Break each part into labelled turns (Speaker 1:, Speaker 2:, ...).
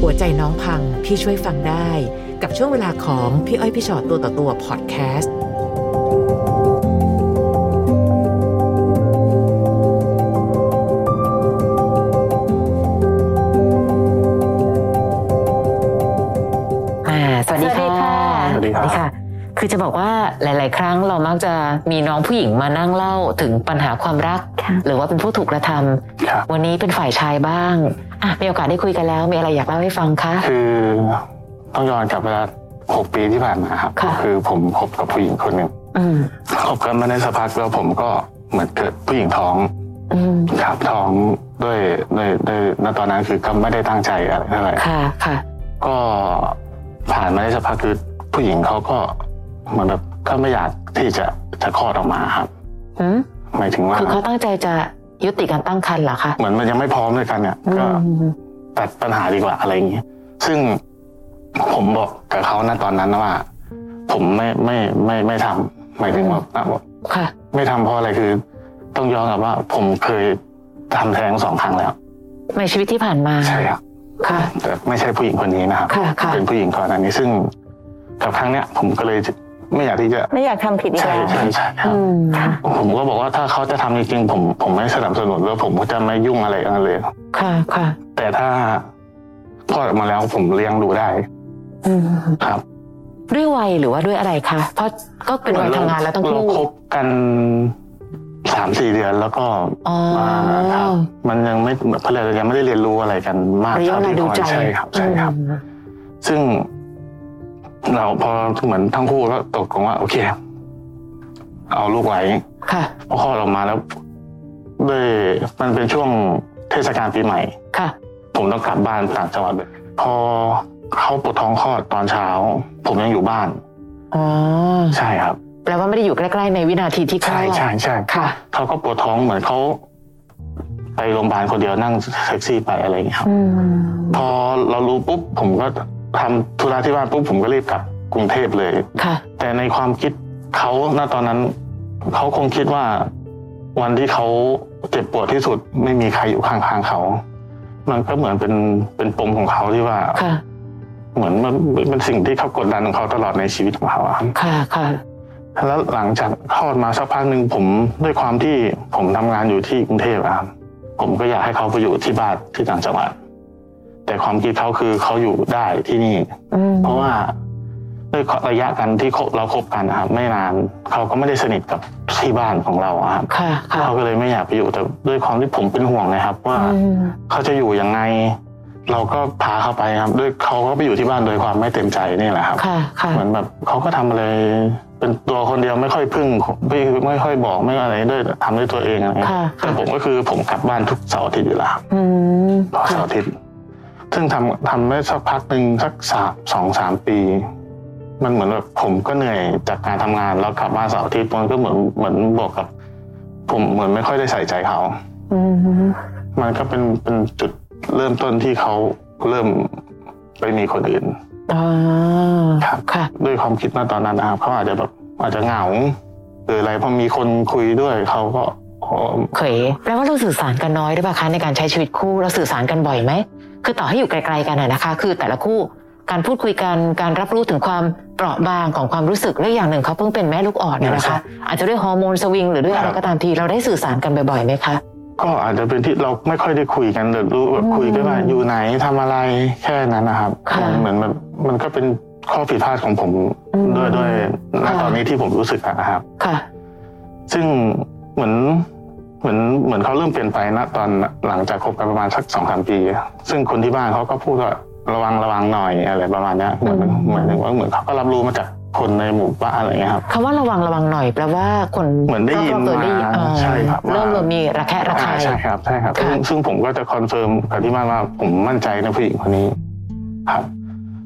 Speaker 1: หัวใจน้องพัง พี่ช่วยฟังได้ กับช่วงเวลาของพี่อ้อยพี่ชอตตัวต่อตัวพอดแคสต์
Speaker 2: อ่าสวัสดีค่ะ
Speaker 3: สวัสดีครับ
Speaker 2: คือจะบอกว่าหลาย ๆ ครั้งเรามักจะมีน้องผู้หญิงมานั่งเล่าถึงปัญหาความรัก
Speaker 4: ค่ะ
Speaker 2: หรือว่าเป็นผู้ถูกกระทำ
Speaker 3: ครับ
Speaker 2: วันนี้เป็นฝ่ายชายบ้างอ่ะมีโอกาสได้คุยกันแล้ว มีอะไรอยากเล่าให้ฟังคะ
Speaker 3: คือต้องย้อนกลับไปหกปีที่ผ่านมาครับ
Speaker 2: ค่ะ
Speaker 3: คือผมคบกับผู้หญิงคนหนึ่ง
Speaker 2: อืม
Speaker 3: คบกันมาได้สักพักแล้วผมก็เหมือนเกิดผู้หญิงท้อง
Speaker 2: อืม
Speaker 3: ครับท้องด้วยด้วยด้วยณตอนนั้นคือก็ไม่ได้ตั้งใจอะไรเท่าไหร่
Speaker 2: ค่ะค่ะ
Speaker 3: ก็ผ่านมาได้สักพักคือผู้หญิงเขาก็เหมือนแบบก็ไม่อยากที่จะจะคลอดออกมาครับ
Speaker 2: อืม
Speaker 3: หมายถึงว่า
Speaker 2: คือเขาตั้งใจจะยุติการตั้งครรภ์เหรอคะ
Speaker 3: เหมือนมันยังไม่พร้อมด้วยกันเนี่ย
Speaker 2: อื
Speaker 3: ก็
Speaker 2: ม
Speaker 3: ตัดปัญหาดีกว่าอะไรอย่างเงี้ย ซึ่งผมบอกกับเขาณตอนนั้นนะว่า ผมไม่ไม่ไม่ไม่ทำหมายถึงแบบอ่ะบอก
Speaker 2: ค่ะ
Speaker 3: ไม่ทำเพราะอะไรคือ ต้องย้อนกลับว่า ผมเคยทำแท้งสองครั้งแล้ว
Speaker 2: ในชีวิตที่ผ่านมา
Speaker 3: ใช่ครับ
Speaker 2: ค่ะ
Speaker 3: แต่ไม่ใช่ผู้หญิงคนนี้นะครับ
Speaker 2: ค่ะค่ะ
Speaker 3: เป็นผู้หญิงก่อนอันนี้ซึ่งกับครั้งเนี้ย ผมก็เลยไม่อยากที่จะ
Speaker 4: ไม่อยากทำผิดอีก
Speaker 3: ใช่
Speaker 4: แล้ว
Speaker 3: ใช่ใช่ครับ
Speaker 2: อืม
Speaker 4: ค่ะ
Speaker 3: ผมก็บอกว่าถ้าเขาจะทำจริงๆผมผมไม่สนับสนุนแล้วผมก็จะไม่ยุ่งอะไรกันเลย
Speaker 2: ค่ะค่ะ
Speaker 3: แต่ถ้าคลอดออกมาแล้วผมเลี้ยงดูได้
Speaker 2: อืม
Speaker 3: ครับ
Speaker 2: ด้วยวัยหรือว่าด้วยอะไรคะเพราะก็เป็นวัยทำงานแล้วต้อง
Speaker 3: เรา
Speaker 2: คู่
Speaker 3: คบกันสามสี่เดือนแล้วก็
Speaker 2: อ๋อ
Speaker 3: มาครับมันยังไม่แบบเขาเรียกอะไรยังไม่ได้เรียนรู้อะไรกันมาก
Speaker 2: ระยะเวลาดูใจ
Speaker 3: ใช่ครับใช่ครับ
Speaker 2: อืม
Speaker 3: ซึ่ง เราพอเหมือนทั้งคู่ก็ตกลงว่า โอเค เอาลูกไว้
Speaker 2: ค่ะ
Speaker 3: พอคลอดออกมาแล้วด้วยมันเป็นช่วงเทศกาลปีใหม่
Speaker 2: ค่ะ
Speaker 3: ผมต้องกลับบ้านต่างจังหวัดเลยพอเขาปวดท้องคลอดตอนเช้า ผมยังอยู่บ้าน
Speaker 2: อ๋อ
Speaker 3: ใช่ครับ
Speaker 2: แปลว่าไม่ได้อยู่ใกล้ๆในวินาทีที่คลอ
Speaker 3: ใช่
Speaker 2: ด
Speaker 3: ใช่ใช่
Speaker 2: ค่ะ
Speaker 3: เขาก็ปวดท้องเหมือนเขาไปโรงพยาบาลคนเดียวนั่งแท็กซี่ไปอะไรอย่างเงี้ยครับ
Speaker 2: อืม
Speaker 3: พอเรารู้ปุ๊บผมก็ทำธุระที่บ้านปุ๊บผมก็รีบกลับกรุงเทพเลย
Speaker 2: ค่ะ
Speaker 3: แต่ในความคิดเขาณตอนนั้นเขาคงคิดว่า วันที่เขาเจ็บปวดที่สุดไม่มีใครอยู่ข้างๆเขา มันก็เหมือนเป็นเป็นปมของเขาที่ว่า
Speaker 2: ค่ะ
Speaker 3: เหมือนมันเป็นสิ่งที่เขากดดันของเขาตลอดในชีวิตของเขาอะครับ
Speaker 2: ค่ะ ค่ะ
Speaker 3: แล้วหลังจากคลอดมาสักพักหนึ่งผมด้วยความที่ผมทำงานอยู่ที่กรุงเทพอะครับผมก็อยากให้เขาไปอยู่ที่บ้านที่ต่างจังหวัดแต่ความคิดเขาคือเขาอยู่ได้ที่นี่
Speaker 2: อืม
Speaker 3: เพราะว่าด้วยระยะกันที่เราคบกันนะครับไม่นานเขาก็ไม่ได้สนิทกับที่บ้านของเราอะครับ
Speaker 2: ค่ะ ค่ะ
Speaker 3: เขาก็เลยไม่อยากไปอยู่แต่ด้วยความที่ผมเป็นห่วงนะครับ ว่า
Speaker 2: อืม
Speaker 3: เขาจะอยู่ยังไง เราก็พาเขาไปครับ ด้วยเขาก็ไปอยู่ที่บ้านโดยความไม่เต็มใจนี่แหละครับ
Speaker 2: ค่ะ ค่ะ
Speaker 3: เหมือนแบบเขาก็ทำอะไรเป็นตัวคนเดียวไม่ค่อยพึ่งไม่ไม่ค่อยบอกไม่อะไรด้วยทำด้วยตัวเองอะไรเงี้ย
Speaker 2: ค่ะ
Speaker 3: แต่
Speaker 2: ค่ะ
Speaker 3: ผมก็คือผมกลับบ้านทุกเสาร์อาทิตย์อยู่แล้ว
Speaker 2: อืม
Speaker 3: ทุกเสาร์อาทิตย์ซึ่งทำทำได้สักพักหนึ่งสักสามสองสามปี มันเหมือนแบบผมก็เหนื่อยจากการทำงานแล้วกลับบ้านเสาร์อาทิตย์มันก็เหมือนเหมือนบอกกับ ผมเหมือนไม่ค่อยได้ใส่ใจเขา
Speaker 2: อืม
Speaker 3: มันก็เป็นเป็นจุดเริ่มต้นที่เขาเริ่มไปมีคนอื่น
Speaker 2: อ๋อ
Speaker 3: ครับ
Speaker 2: ค่ะ
Speaker 3: ด้วยความคิดณตอนนั้นนะครับเขาอาจจะแบบอาจจะเหงาหรืออะไรพอมีคนคุยด้วยเขาก็อ๋อ
Speaker 2: เขยแปลว่าเราสื่อสารกันน้อยหรือเปล่าคะในการใช้ชีวิตคู่เราสื่อสารกันบ่อยไหมคือต่อให้อยู่ไกลๆกันน่ะนะคะ คือแต่ละคู่การพูดคุยกันการรับรู้ถึงความเปราะบางของความรู้สึกและอย่างหนึ่งเขาเพิ่งเป็นแม่ลูกอ่อนเนี่ยนะคะ อาจจะด้วยฮอร์โมนสวิงหรือด้วยอะไรก็ตามทีเราได้สื่อสารกันบ่อยๆไหมคะ
Speaker 3: ก็อาจจะเป็นที่เราไม่ค่อยได้คุยกันหรือรู้แบบ
Speaker 2: อืม
Speaker 3: คุยกันว่าอยู่ไหนทำอะไรแค่นั้นนะครับ
Speaker 2: ค่ะ
Speaker 3: มันเหมือนมันมันก็เป็นข้อผิดพลาดของผม
Speaker 2: อืม
Speaker 3: ด้วยด้วยณ
Speaker 2: ค่ะ
Speaker 3: ตอนนี้ที่ผมรู้สึกอะนะครับ
Speaker 2: ค่ะ
Speaker 3: ซึ่งเหมือนเหมือนเหมือนเขาเริ่มเปลี่ยนไปนะตอนหลังจากคบกันประมาณสักสองสามปี ซึ่งคนที่บ้านเขาก็พูดว่าระวังระวังหน่อยอะไรประมาณเนี้ยเหมือน
Speaker 2: อืม
Speaker 3: เหมือนว่าเหมือนเขาก็รับรู้มาจากคนในหมู่บ้านอะไรเงี้ยครับ
Speaker 2: คำว่าระวังระวังหน่อยแปลว่าคน
Speaker 3: เหมือนได้ยิ
Speaker 2: ร
Speaker 3: น
Speaker 2: อบๆตัวได้ยิน
Speaker 3: มา
Speaker 2: อ๋อ
Speaker 3: ใช่ครับว่า
Speaker 2: เริ่มเริ่มมีระแคะระคาย
Speaker 3: อ่าใช่ครับใช่ครับ
Speaker 2: ค่ะ
Speaker 3: ซึ่งซึ่งผมก็จะคอนเฟิร์มกับที่บ้านว่าผมมั่นใจในผู้หญิงคนนี้ ครับ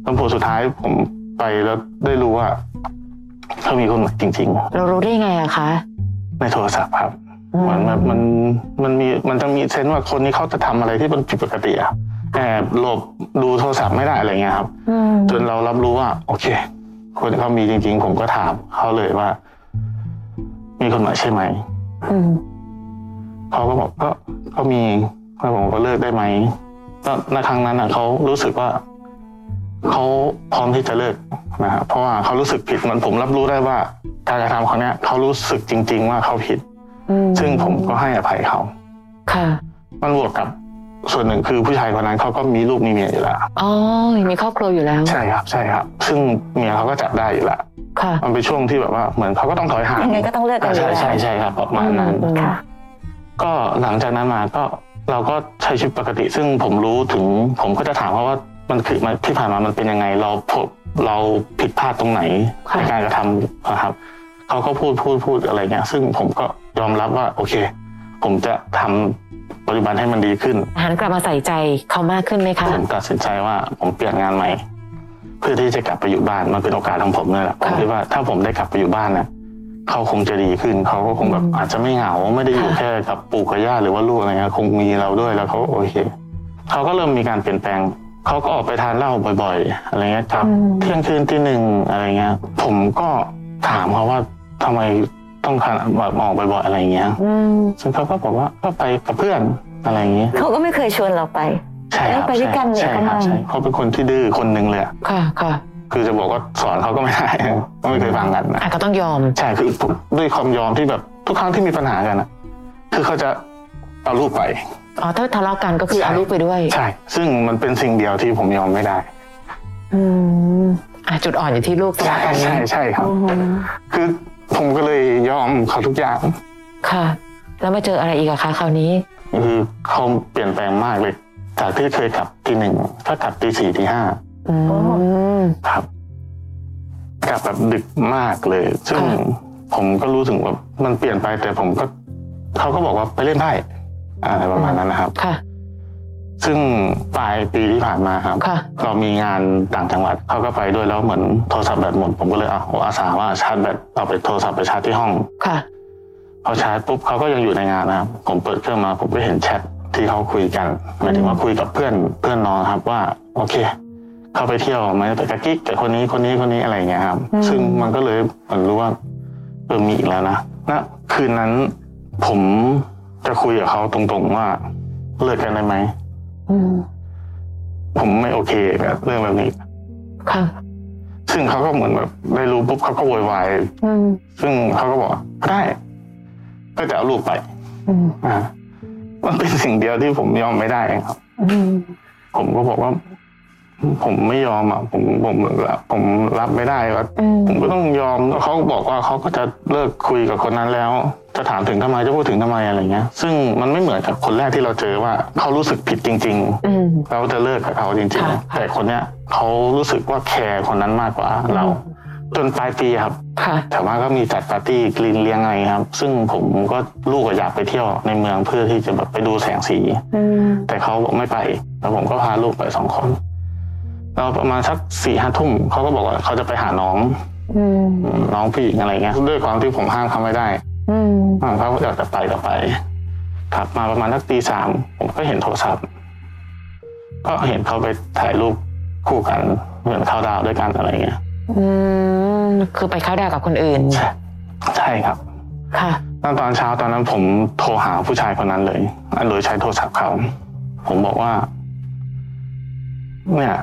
Speaker 3: ตำรวจสุดท้ายผมไปแล้วได้รู้ว่าเขามีคนใหม่จริง
Speaker 2: เรารู้ได้ไงอะคะ
Speaker 3: ๆ ในโทรศัพท์ครับ เหมือนแบบมันมันมีมันจะมีเซนส์ว่าคนนี้เขาจะทำอะไรที่มันผิดปกติอะแอบหลบดูโทรศัพท์ไม่ได้อะไรเงี้ยครับ
Speaker 2: อืม
Speaker 3: จนเรารับรู้ว่า โอเค คนเขามีจริง ๆ ผมก็ถามเขาเลยว่า มีคนใหม่ใช่ไหม
Speaker 2: อืม
Speaker 3: เขาก็บอกก็ก็มีแล้วผมก็เลิกได้ไหมตอนณครั้งนั้นอะเขารู้สึกว่า เขาพร้อมที่จะเลิกนะครับเพราะว่าเขารู้สึกผิดเหมือนผมรับรู้ได้ว่า การกระทำเขาเนี้ยเขารู้สึกจริง ๆ ว่าเขาผิด
Speaker 2: อื
Speaker 3: ซึ่งผมก็ให้อภัยเขา
Speaker 2: ค่ะ
Speaker 3: มันบวกกับส่วนหนึ่งคือผู้ชายคนนั้นเขาก็มีลูกมีเมียอยู่แล้ว
Speaker 2: อ๋อมีครอบครัวอยู่แล้ว
Speaker 3: ใช่ครับใช่ครับ ซึ่งเมียเขาก็จับได้อยู่แล้ว
Speaker 2: ค่ะ
Speaker 3: มันเป็นช่วงที่แบบว่าเหมือนเขาก็ต้องถอยห่าง
Speaker 4: ยังไงก็ต้องเลิกกัน
Speaker 3: อ่า
Speaker 4: อยู่แล้ว
Speaker 3: ใช่ใช่ใช่ครับประมาณนั้น
Speaker 2: อืม
Speaker 4: ค่ะ
Speaker 3: ก็หลังจากนั้นมาก็เราก็ใช้ชีวิตปกติ ซึ่งผมรู้ถึงผมก็จะถามเขาว่ามันคือมันที่ผ่านมามันเป็นยังไง เราพบเราผิดพลาดตรงไหนในการกระทำนะครับเขาก็พูดพูดพูดอะไรเงี้ย ซึ่งผมก็ยอมรับว่า โอเค ผมจะทำปฏิบัติให้มันดีขึ้น
Speaker 2: หันกลับมาใส่ใจเขามากขึ้นไหมคะ
Speaker 3: ผมตัดสินใจว่าผมเปลี่ยนงานใหม่ เพื่อที่จะกลับไปอยู่บ้านมันเป็นโอกาสของผมเนี่ยแหละผม
Speaker 2: ค่ะ
Speaker 3: คิดว่าถ้าผมได้กลับไปอยู่บ้านเนี่ยเขาคงจะดีขึ้นเขาก็คงแบบอาจจะไม่เหงาไม่ได้อยู่แค่กับปู่กับย่าหรือว่าลูกอะไรเงี้ยคงมีเราด้วยแล้วเขาโอเคเขาก็เริ่มมีการเปลี่ยนแปลงเขาก็ออกไปทานเหล้าบ่อย ๆ อะไรเงี้ยครับ เที่ยงคืนที่หนึ่งอะไรเงี้ย ผมก็ถามเขาว่าทำไมต้องขนาดแบบออกบ่อยๆอะไรเงี้ย
Speaker 2: อืม
Speaker 3: ซึ่งเขาก็บอกว่าก็ไปกับเพื่อนอะไรอย่างเงี้ย
Speaker 4: เขาก็ไม่เคยชวนเราไป
Speaker 3: ใช่ครับ
Speaker 4: ไปด้วยกันเนี่ย
Speaker 3: ใช่ค
Speaker 4: ป
Speaker 3: รับ
Speaker 4: ระมาณ
Speaker 3: ใช่เขาเป็นคนที่ดื้อคนหนึ่งเลยอะ
Speaker 2: ค่ะค่ะ
Speaker 3: คือจะบอกว่าสอนเขาก็ไม่ได้ ไม่เคยฟังกันนะ
Speaker 2: อ่ะก็ต้องยอม
Speaker 3: ใช่คือผมด้วยความยอมที่แบบทุกครั้งที่มีปัญหากันนะคือเขาจะเอาลูกไป
Speaker 2: อ๋อถ้าทะเลาะกันก็คือ
Speaker 3: ใช่
Speaker 2: เอาลูกไปด้วย
Speaker 3: ใช่ ซึ่งมันเป็นสิ่งเดียวที่ผมยอมไม่ได้
Speaker 2: อืมอ่ะจุดอ่อนอยู่ที่ลูกทะ
Speaker 3: ใช่
Speaker 2: เลาะกัน
Speaker 3: ใช่ใช่ครับ
Speaker 4: อือหือ
Speaker 3: คือผมก็เลยยอมเขาทุกอย่าง
Speaker 2: ค่ะ แล้วมาเจออะไรอีกอะคะคราวนี้
Speaker 3: คือเขาเปลี่ยนแปลงมากเลย จากที่เคยกลับตีหนึ่งถ้ากลับตีสี่ตีห้า
Speaker 2: อืม
Speaker 3: ครับกลับแบบดึกมากเลย ซึ่ง
Speaker 2: ค่ะ
Speaker 3: ผมก็รู้ถึงว่ามันเปลี่ยนไป แต่ผมก็เขาก็บอกว่าไปเล่นไพ่อะไรประมาณนั้นนะครับ
Speaker 2: ค่ะ
Speaker 3: ซึ่งปลายปีที่ผ่านมาครับ
Speaker 2: ค่ะ
Speaker 3: เรามีงานต่างจังหวัดเขาก็ไปด้วยแล้วเหมือนโทรศัพท์แบตหมดผมก็เลยเอาอาสาว่าชาร์จแบตเอาไปโทรศัพท์ไปชาร์จที่ห้อง
Speaker 2: ค่ะ
Speaker 3: พอชาร์จปุ๊บเขาก็ยังอยู่ในงานนะครับ ผมเปิดเครื่องมา ผมก็เห็นแชทที่เขาคุยกันหมายถึงว่าคุยกับเพื่อนเพื่อนน้องครับว่า โอเค เขาไปเที่ยวไหมไปกับกิ๊กกับคนนี้คนนี้คนนี้อะไรอย่างเงี้ยครับ
Speaker 2: อืม
Speaker 3: ซึ่งมันก็เลยเหมือนรู้ว่าเออมีอีกแล้วนะณคืนนั้นผมจะคุยกับเขาตรงๆว่าเลิกกันได้ไหม
Speaker 2: อืม
Speaker 3: ผมไม่โอเคกับเรื่องแบบนี้
Speaker 2: ค่ะ
Speaker 3: ซึ่งเขาก็เหมือนแบบได้รู้ปุ๊บเขาก็โวยวาย
Speaker 2: อืม
Speaker 3: ซึ่งเขาก็บอกว่าได้ก็จะเอาลูกไป
Speaker 2: อืม
Speaker 3: อ่า มันเป็นสิ่งเดียวที่ผมยอมไม่ได้ครับ
Speaker 2: อืม
Speaker 3: ผมก็บอกว่า ผมไม่ยอมอ่ะผมผมผมรับไม่ได้ว่า
Speaker 2: อืม
Speaker 3: ผมก็ต้องยอมแล้วเขาบอกว่าเขาก็จะเลิกคุยกับคนนั้นแล้ว จะถามถึงทำไมจะพูดถึงทำไมอะไรเงี้ย ซึ่งมันไม่เหมือนกับคนแรกที่เราเจอว่าเขารู้สึกผิดจริง
Speaker 2: อืม
Speaker 3: ๆ เราจะเลิกกับเขาจริง
Speaker 2: ค่ะ
Speaker 3: ๆ แต่คนเนี้ยเขารู้สึกว่าแคร์คนนั้นมากกว่าเรา จนปลายปีครับ
Speaker 2: ค่ะ
Speaker 3: แถวบ้านก็มีจัดปาร์ตี้กรีนเลี้ยงอะไรครับ ซึ่งผมก็ลูกก็อยากไปเที่ยวในเมืองเพื่อที่จะแบบไปดูแสงสี
Speaker 4: อืม
Speaker 3: แต่เขาบอกไม่ไป แล้วผมก็พาลูกไปสองคนแล้วประมาณสักสี่ห้าทุ่มเขาก็บอกว่าเขาจะไปหาน้อง
Speaker 4: อืม
Speaker 3: น้องผู้หญิงอะไรเงี้ยด้วยความที่ผมห้ามเขาไม่ได้
Speaker 4: อืม
Speaker 3: ห้ามเขาอยากจะไปก็ไปครับมาประมาณสักตีสามผมก็เห็นโทรศัพท์ ก็เห็นเขาไปถ่ายรูปคู่กัน เหมือนเข้าดาวน์ด้วยกันอะไรเงี้ย
Speaker 2: อืมคือไปเข้าดาวกับคนอื่น
Speaker 3: ใช่ใช่ครับ
Speaker 2: ค่ะ
Speaker 3: ตอนตอนเช้าตอนนั้นผมโทรหาผู้ชายคนนั้นเลยอันโดยใช้โทรศัพท์เขาผมบอกว่า เนี่ย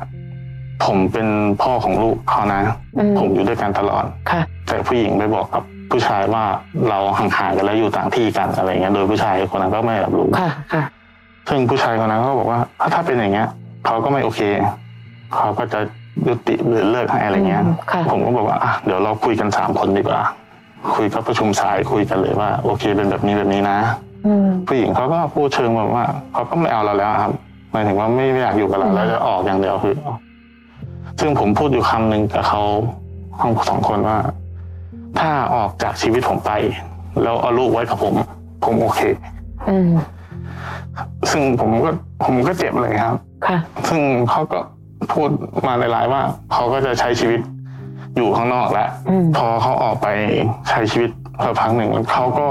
Speaker 3: ผมเป็นพ่อของลูกเขานะ
Speaker 2: อืม
Speaker 3: ผมอยู่ด้วยกันตลอด
Speaker 2: ค่ะ
Speaker 3: แต่ผู้หญิงไปบอกกับผู้ชายว่าเราห่างหายกันแล้วอยู่ต่างที่กันอะไรเงี้ย โดยผู้ชายคนนั้นก็ไม่รับรู้
Speaker 2: ค่ะ ค่ะ
Speaker 3: ซึ่งผู้ชายคนนั้นก็บอกว่าถ้าเป็นอย่างเงี้ยเขาก็ไม่โอเคเขาก็จะยุติหรือเลิกให้อะไรเงี้ย
Speaker 2: อืมค่ะ
Speaker 3: ผมก็บอกว่าอ่ะเดี๋ยวเราคุยกันสามคนดีกว่า คุยก็ประชุมสายคุยกันเลยว่า โอเค เป็นแบบนี้แบบนี้นะ
Speaker 2: อืม
Speaker 3: ผู้หญิงเขาก็พูดเชิงแบบว่าเขาก็ไม่เอาเราแล้วครับหมายถึงว่าไม่ไม่อยากอยู่กับเรา
Speaker 2: อืม
Speaker 3: แล้วจะออกอย่างเดียวคือออกซึ่งผมพูดอยู่คำหนึ่งกับเขาทั้งสองคนว่า ถ้าออกจากชีวิตผมไป แล้วเอาลูกไว้กับผม ผมโอเค
Speaker 2: อืม
Speaker 3: ซึ่งผมก็ผมก็เจ็บเลยครับ
Speaker 2: ค่ะ
Speaker 3: ซึ่งเขาก็พูดมาหลายๆว่าเขาก็จะใช้ชีวิตอยู่ข้างนอกแล้ว
Speaker 2: อืม
Speaker 3: พอเขาออกไปใช้ชีวิตสักพักหนึ่งเขาก็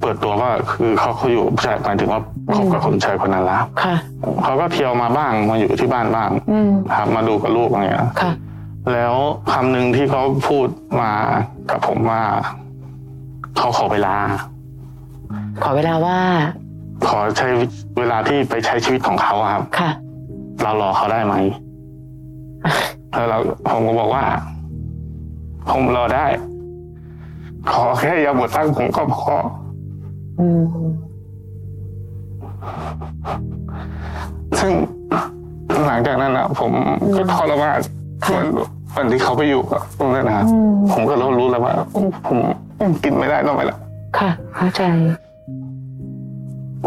Speaker 3: เปิดตัวว่าคือเขาเขาอยู่ใช่หมายถึงว่าคบกับคนชายคนนั้นแล้ว
Speaker 2: ค่ะ
Speaker 3: เขาก็เที่ยวมาบ้างมาอยู่ที่บ้านบ้าง
Speaker 2: อืม
Speaker 3: ครับมาดูกับลูกอะไรเงี้ย
Speaker 2: ค่ะ
Speaker 3: แล้วคำหนึ่งที่เขาพูดมากับผมว่าเขาขอเวลา
Speaker 2: ขอเวลาว่า
Speaker 3: ขอใช้เวลาที่ไปใช้ชีวิตของเขาอะครับ
Speaker 2: ค่ะ
Speaker 3: เรารอเขาได้ไหม แล้วเราผมก็บอกว่าผมรอได้ ขอแค่อย่าบดตั้งผมก็พอ
Speaker 2: อืม
Speaker 3: ซึ่งหลังจากนั้นนะผมก็ทรมานเหมือนวันที่เขาไปอยู่กับตรงนั้นนะครับ
Speaker 2: อืม
Speaker 3: ผมก็เริ่มรู้แล้วว่าผมผมกินไม่ได้ต้องไปละ
Speaker 2: ค่ะ เข้าใจ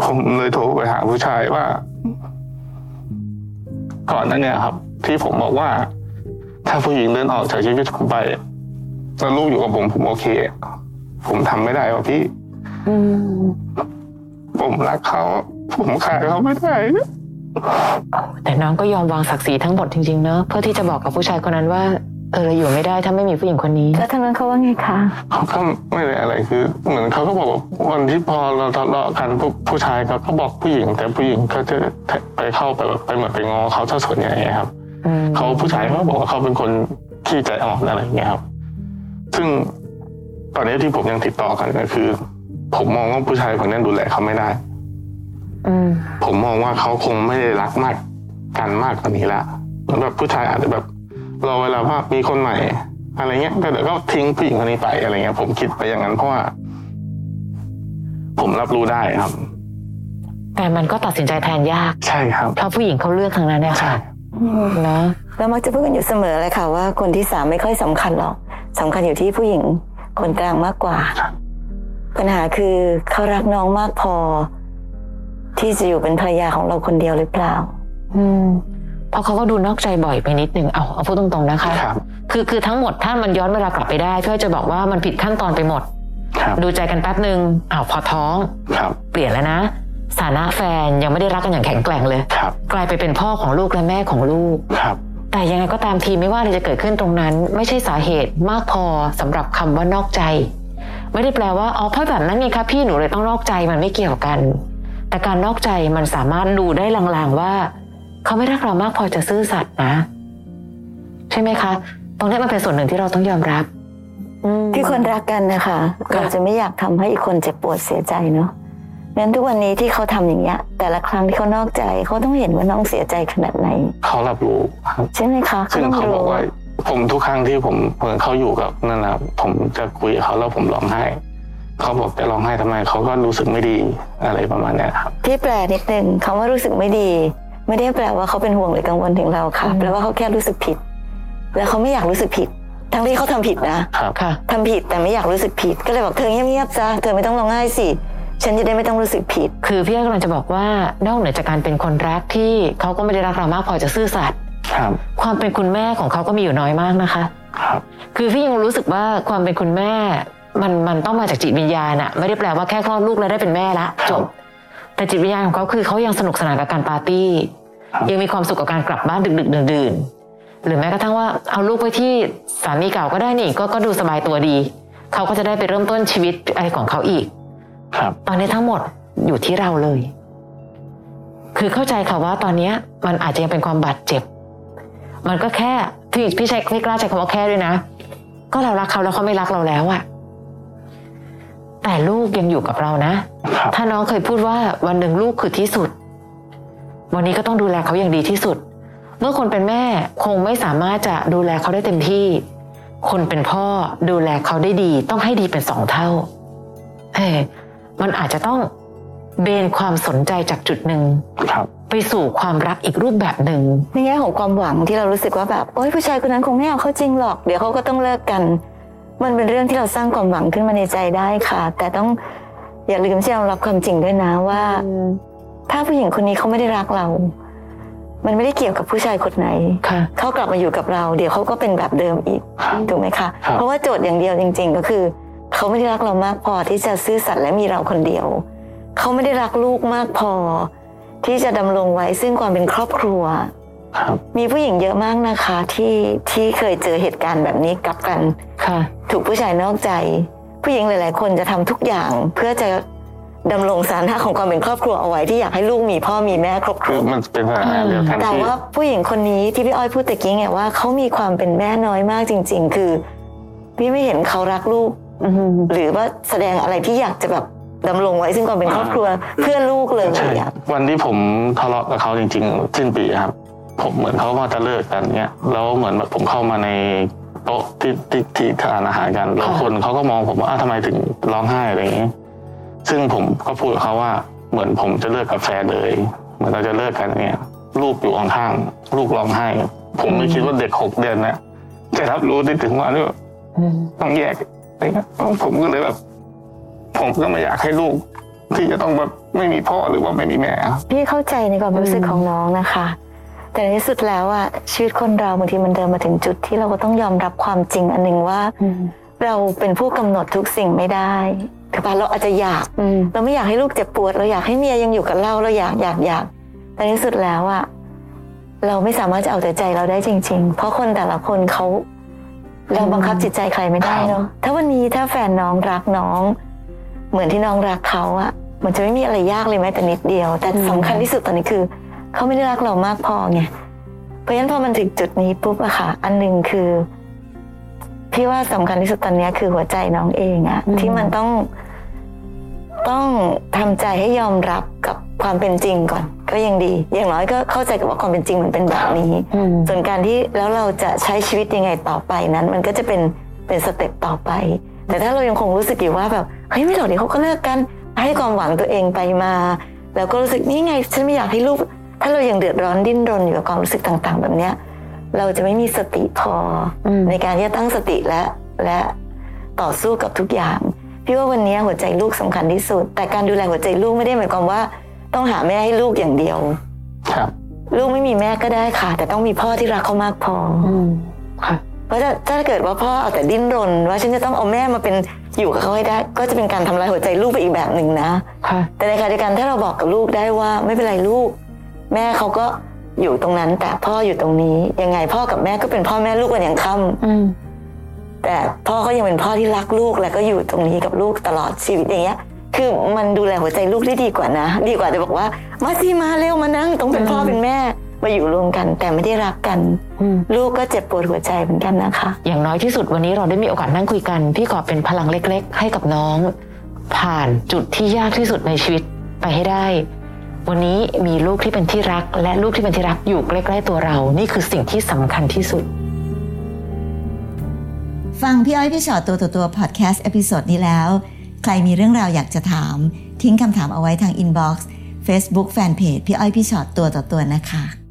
Speaker 3: ผมเลยโทรไปหาผู้ชายว่า ก่อนหนั้นเนี่ยครับ ที่ผมบอกว่า ถ้าผู้หญิงเดินออกจากชีวิตผมไปแล้วลูกอยู่กับผมผมโอเค ผมทำไม่ได้ว่าพี่
Speaker 2: อืม
Speaker 3: ผมรักเขา ผมขาดเขาไม่ได้
Speaker 2: แต่น้องก็ยอมวางศักดิ์ศรีทั้งหมดจริงๆเนอะเพื่อที่จะบอกกับผู้ชายคนนั้นว่าเออเราอยู่ไม่ได้ถ้าไม่มีผู้หญิงคนนี้
Speaker 4: แล้วทางนั้นเขาว่าไงคะ
Speaker 3: เขาก็ไม่ได้อะไรคือ เหมือนเขาก็บอกว่าวันที่พอเราทะเลาะกันปุ๊บผู้ชายเขาก็บอกผู้หญิง แต่ผู้หญิงก็จะไปเข้าไปแบบไปเหมือนไปงอเขาซะส่วนใหญ่ครับ
Speaker 2: อืม
Speaker 3: เขาผู้ชายเขาบอกว่าเขาเป็นคนขี้ใจอ่อนอะไรอย่างเงี้ยครับ ซึ่งตอนนี้ที่ผมยังติดต่อกันก็คือ ผมมองว่าผู้ชายคนนั้นดูแลเขาไม่ได้
Speaker 2: อืม
Speaker 3: ผมมองว่าเขาคงไม่ได้รักมากกันมากกว่านี้ละเหมือนแบบผู้ชายอาจจะแบบรอเวลาว่ามีคนใหม่ อะไรเงี้ยก็เดี๋ยวก็ทิ้งผู้หญิงคนนี้ไปอะไรเงี้ย ผมคิดไปอย่างนั้นเพราะว่า ผมรับรู้ได้ครับ
Speaker 2: แต่มันก็ตัดสินใจแทนยาก
Speaker 3: ใช่ครับ
Speaker 2: เพราะผู้หญิงเขาเลือกทางนั้นเนี่ยค่ะเนอะ
Speaker 4: เรามักจะพูดกันอยู่เสมอเลยค่ะ ว่าคนที่สามไม่ค่อยสำคัญหรอกสำคัญอยู่ที่ผู้หญิงคนกลางมากกว่า
Speaker 3: ครับ
Speaker 4: ปัญหาคือเขารักน้องมากพอ ที่จะอยู่เป็นภรรยาของเราคนเดียวหรือเปล่า
Speaker 2: อืมเพราะเขาก็ดูนอกใจบ่อยไปนิดนึงเอาเอาพูดตรงๆนะคะ
Speaker 3: ครับ
Speaker 2: คือคือทั้งหมดถ้ามันย้อนเวลากลับไปได้พี่อ้อยจะบอกว่ามันผิดขั้นตอนไปหมด
Speaker 3: ครับ
Speaker 2: ดูใจกันแป๊บหนึ่งอ้าวพอท้อง
Speaker 3: ครับ
Speaker 2: เปลี่ยนแล้วนะสถานะแฟนยังไม่ได้รักกันอย่างแข็งแกร่งเลย
Speaker 3: ครับ
Speaker 2: กลายไปเป็นพ่อของลูกและแม่ของลูก
Speaker 3: ครับ
Speaker 2: แต่ยังไงก็ตามทีไม่ว่าอะไรจะเกิดขึ้นตรงนั้น ไม่ใช่สาเหตุมากพอสำหรับคำว่านอกใจ ไม่ได้แปลว่าอ๋อเพราะแบบนั้นไงคะพี่หนูเลยต้องนอกใจมันไม่เกี่ยวกัน แต่การนอกใจมันสามารถดูได้ลางๆว่า เขาไม่รักเรามากพอจะซื่อสัตย์นะ ใช่ไหมคะ ตรงนี้มันเป็นส่วนหนึ่งที่เราต้องยอมรับอืม
Speaker 4: ที่คนรักกันนะคะ
Speaker 2: ค่ะ
Speaker 4: เราจะไม่อยากทำให้อีกคนเจ็บปวดเสียใจเนาะงั้นทุกวันนี้ที่เขาทำอย่างเงี้ย แต่ละครั้งที่เขานอกใจเขาต้องเห็นว่าน้องเสียใจขนาดไหน
Speaker 3: เขารับรู้ครับ
Speaker 4: ใช่ไหมคะเขา
Speaker 3: ซึ่ง
Speaker 4: ต้อง
Speaker 3: เขาบ
Speaker 4: รู้
Speaker 3: อกว่า ผมทุกครั้งที่ผมเหมือนเขาอยู่กับนั่นนะผมจะคุยกับเขาแล้วผมร้องไห้ เขาบอกจะร้องไห้ทำไม เขาก็รู้สึกไม่ดีอะไรประมาณเนี้ยครับ
Speaker 4: ที่แปลนิดนึงคำว่ารู้สึกไม่ดี ไม่ได้แปลว่าเขาเป็นห่วงหรือกังวลถึงเราค่ะ
Speaker 2: อืม
Speaker 4: แปลว่าเขาแค่รู้สึกผิด แล้วเขาไม่อยากรู้สึกผิด ทั้งที่เขาทำผิดนะครับ
Speaker 2: ค่ะ
Speaker 4: ทำผิดแต่ไม่อยากรู้สึกผิด ก็เลยบอกเธอเงียบๆซะเธอไม่ต้องร้องไห้สิฉันจะได้ไม่ต้องรู้สึกผิด
Speaker 2: คือพี่อ้อยกำลังจะบอกว่านอกเหนือจากการเป็นคนรักที่เขาก็ไม่ได้รักเรามากพอจะซื่อสัตย์
Speaker 3: ครับ
Speaker 2: ความเป็นคุณแม่ของเขาก็มีอยู่น้อยมากนะคะ
Speaker 3: ครับ
Speaker 2: คือพี่ยังรู้สึกว่าความเป็นคุณแม่ มันมันต้องมาจากจิตวิญญาณอะไม่ได้แปลว่าแค่คลอดลูกแล้วได้เป็นแม่ละจบ แต่จิตวิญญาณของเขาคือเขายังสนุกสนานกับการปาร์ตี้
Speaker 3: ครับ
Speaker 2: ยังมีความสุขกับการกลับบ้านดึกดึกๆดื่นๆหรือแม้กระทั่งว่าเอาลูกไปที่สามีเก่าก็ได้นี่ก็ก็ดูสบายตัวดี เขาก็จะได้ไปเริ่มต้นชีวิตอะไรของเขาอีก
Speaker 3: ครับ
Speaker 2: ตอนนี้ทั้งหมดอยู่ที่เราเลย คือเข้าใจค่ะว่าตอนเนี้ยมันอาจจะยังเป็นความบาดเจ็บ มันก็แค่ที่พี่ชัยไม่กล้าใช้คำว่าแค่ด้วยนะ ก็เรารักเขาแล้วเขาไม่รักเราแล้วอะแต่ลูกยังอยู่กับเรานะ
Speaker 3: ครับ
Speaker 2: ถ้าน้องเคยพูดว่าวันหนึ่งลูกคือที่สุด วันนี้ก็ต้องดูแลเขาอย่างดีที่สุด เมื่อคนเป็นแม่คงไม่สามารถจะดูแลเขาได้เต็มที่ คนเป็นพ่อดูแลเขาได้ดี ต้องให้ดีเป็นสองเท่าเออมันอาจจะต้องเบนความสนใจจากจุดหนึ่ง
Speaker 3: ครับ
Speaker 2: ไปสู่ความรักอีกรูปแบบหนึ่ง
Speaker 4: ในแง่ของความหวังที่เรารู้สึกว่าแบบโอ๊ยผู้ชายคนนั้นคงไม่เอาเขาจริงหรอก เดี๋ยวเขาก็ต้องเลิกกัน มันเป็นเรื่องที่เราสร้างความหวังขึ้นมาในใจได้ค่ะ แต่ต้องอย่าลืมที่จะยอมรับความจริงด้วยนะว่า ถ้าผู้หญิงคนนี้เขาไม่ได้รักเรา มันไม่ได้เกี่ยวกับผู้ชายคนไหน
Speaker 2: ค่ะ
Speaker 4: เขากลับมาอยู่กับเรา เดี๋ยวเขาก็เป็นแบบเดิมอีก
Speaker 3: ครับ
Speaker 4: ถูกไหมคะ
Speaker 3: ครับ
Speaker 4: เพราะว่าโจทย์อย่างเดียวจริง ๆ ก็คือ เขาไม่ได้รักเรามากพอที่จะซื่อสัตย์และมีเราคนเดียว เขาไม่ได้รักลูกมากพอ ที่จะดำรงไว้ซึ่งความเป็นครอบครัว
Speaker 3: ครับ
Speaker 4: มีผู้หญิงเยอะมากนะคะที่ที่เคยเจอเหตุการณ์แบบนี้กลับกัน
Speaker 2: ค่ะ
Speaker 4: ถูกผู้ชายนอกใจ ผู้หญิงหลาย ๆ คนจะทำทุกอย่างเพื่อจะดำรงสถานะของความเป็นครอบครัวเอาไว้ที่อยากให้ลูกมีพ่อมีแม่ครบค
Speaker 3: คื
Speaker 4: รั
Speaker 3: อ
Speaker 4: ว
Speaker 3: มันเป็นสถานะเดียวกัน
Speaker 4: แต่
Speaker 3: ที่
Speaker 4: ว่าผู้หญิงคนนี้ที่พี่อ้อยพูดตะกี้ไงว่าเขามีความเป็นแม่น้อยมากจริง ๆ คือพี่ไม่เห็นเขารักลูก
Speaker 2: อืม
Speaker 4: หรือว่าแสดงอะไรที่อยากจะแบบดำรงไว้ซึ่งความเป็นครอบครัวเพื่อลูกเลย
Speaker 3: ใช่
Speaker 4: อะ
Speaker 3: วันที่ผมทะเลาะกับเขาจริงๆสิ้นปีครับ ผมเหมือนเขามาจะเลิกกันเนี้ยแล้วเหมือนแบบผมเข้ามาในโต๊ะที่ที่ที่ทานอาหารกัน แล้ว
Speaker 2: ค่ะ
Speaker 3: คนเขาก็มองผมว่าอ้าวทำไมถึงร้องไห้อะไรอย่างงี้ซึ่งผมก็พูดกับเขาว่า เหมือนผมจะเลิกกับแฟนเลย เหมือนเราจะเลิกกันเนี้ยลูกอยู่ข้างๆลูกร้องไห้ ผมไม่คิดว่าเด็กหกเดือนนะจะรับรู้ได้ถึงว่า
Speaker 2: อืม
Speaker 3: ต้องแยกอะไรเงี้ยผมก็เลยแบบ ผมก็ไม่อยากให้ลูก ที่จะต้องแบบไม่มีพ่อหรือว่าไม่มีแม่ครับ
Speaker 4: พี่เข้าใจในความรู้สึกของน้องนะคะ แต่ในที่สุดแล้วอะชีวิตคนเราบางทีมันเดินมาถึงจุดที่เราก็ต้องยอมรับความจริงอันหนึ่งว่า
Speaker 2: อืม
Speaker 4: เราเป็นผู้กำหนดทุกสิ่งไม่ได้ถูกปะเราอาจจะอยาก
Speaker 2: อืม
Speaker 4: เราไม่อยากให้ลูกเจ็บปวด เราอยากให้เมียยังอยู่กับเราเราอยากอยากอยากแต่ในที่สุดแล้วอะเราไม่สามารถจะเอาแต่ใจเราได้จริง ๆ เพราะคนแต่ละคนเขาเราบังคับจิตใจใครไม่ได้เนาะถ้าวันนี้ถ้าแฟนน้องรักน้อง เหมือนที่น้องรักเขาอะมันจะไม่มีอะไรยากเลยแม้แต่นิดเดียว แต่
Speaker 2: อืม
Speaker 4: สำคัญที่สุดตอนนี้คือเขาไม่ได้รักเรามากพอไงเพราะฉะนั้นพอมันถึงจุดนี้ปุ๊บอะค่ะ อันหนึ่งคือ พี่ว่าสำคัญที่สุดตอนเนี้ยคือหัวใจน้องเองอะ
Speaker 2: อืม
Speaker 4: ที่มันต้อง ต้องทำใจให้ยอมรับกับความเป็นจริงก่อน ก็ยังดี อย่างน้อยก็เข้าใจกับว่าความเป็นจริงมันเป็นแบบนี้
Speaker 2: อืม
Speaker 4: ส่วนการที่แล้วเราจะใช้ชีวิตยังไงต่อไปนั้น มันก็จะเป็นเป็นสเต็ปต่อไป แต่ถ้าเรายังคงรู้สึกอยู่ว่าแบบเฮ้ยไม่หรอกเดี๋ยวเขาก็เลิกกันให้ความหวังตัวเองไปมา แล้วก็รู้สึกนี่ไงฉันไม่อยากให้ลูก ถ้าเรายังเดือดร้อนดิ้นรนอยู่กับความรู้สึกต่างๆ แบบเนี้ย เราจะไม่มีสติพออ
Speaker 2: ม
Speaker 4: ในการที่จะตั้งสติและและต่อสู้กับทุกอย่างพี่ว่าวันนี้หัวใจลูกสำคัญที่สุด แต่การดูแลหัวใจลูกไม่ได้หมายความว่า ต้องหาแม่ให้ลูกอย่างเดียว
Speaker 3: ครับ
Speaker 4: ลูกไม่มีแม่ก็ได้ค่ะ แต่ต้องมีพ่อที่รักเขามากพอ
Speaker 2: อืมค่ะ
Speaker 4: เพราะถ้าถ้าเกิดว่าพ่อเอาแต่ดิ้นรน ว่าฉันจะต้องเอาแม่มาเป็นอยู่กับเขาให้ได้ ก็จะเป็นการทำลายหัวใจลูกไปอีกแบบหนึ่งนะ
Speaker 2: ค่ะ
Speaker 4: แต่ในขณะเดียวกันถ้าเราบอกกับลูกได้ว่าไม่เป็นไรลูก แม่เขาก็อยู่ตรงนั้น แต่พ่ออยู่ตรงนี้ ยังไงพ่อกับแม่ก็เป็นพ่อแม่ลูกกันอย่างค่
Speaker 2: อืม
Speaker 4: ำแต่พ่อก็ยังเป็นพ่อที่รักลูกและก็อยู่ตรงนี้กับลูกตลอดชีวิตอย่างเงี้ย คือมันดูแลหัวใจลูกได้ดีกว่านะ ดีกว่าจะบอกว่า มาสิมาเร็วมานั่งต้องเป็นพ่อเป็นแม่มาอยู่รวมกัน แต่ไม่ได้รักกัน
Speaker 2: อืม
Speaker 4: ลูกก็เจ็บปวดหัวใจเหมือนกันนะคะ
Speaker 2: อย่างน้อยที่สุดวันนี้เราได้มีโอกาสนั่งคุยกัน พี่ขอเป็นพลังเล็ก ๆ ให้กับน้อง ผ่านจุดที่ยากที่สุดในชีวิตไปให้ได้ วันนี้มีลูกที่เป็นที่รัก และลูกที่เป็นที่รักอยู่ใกล้ๆตัวเรา นี่คือสิ่งที่สำคัญที่สุด
Speaker 5: ฟังพี่อ้อยพี่ชอตตัวต่อตัวพอดแคสต์เอพิโซดนี้แล้ว ใครมีเรื่องราวอยากจะถาม ทิ้งคำถามเอาไว้ทางอินบ็อกซ์เฟซบุ๊กแฟนเพจพี่อ้อยพี่ชอตตัวต่อตัวนะคะ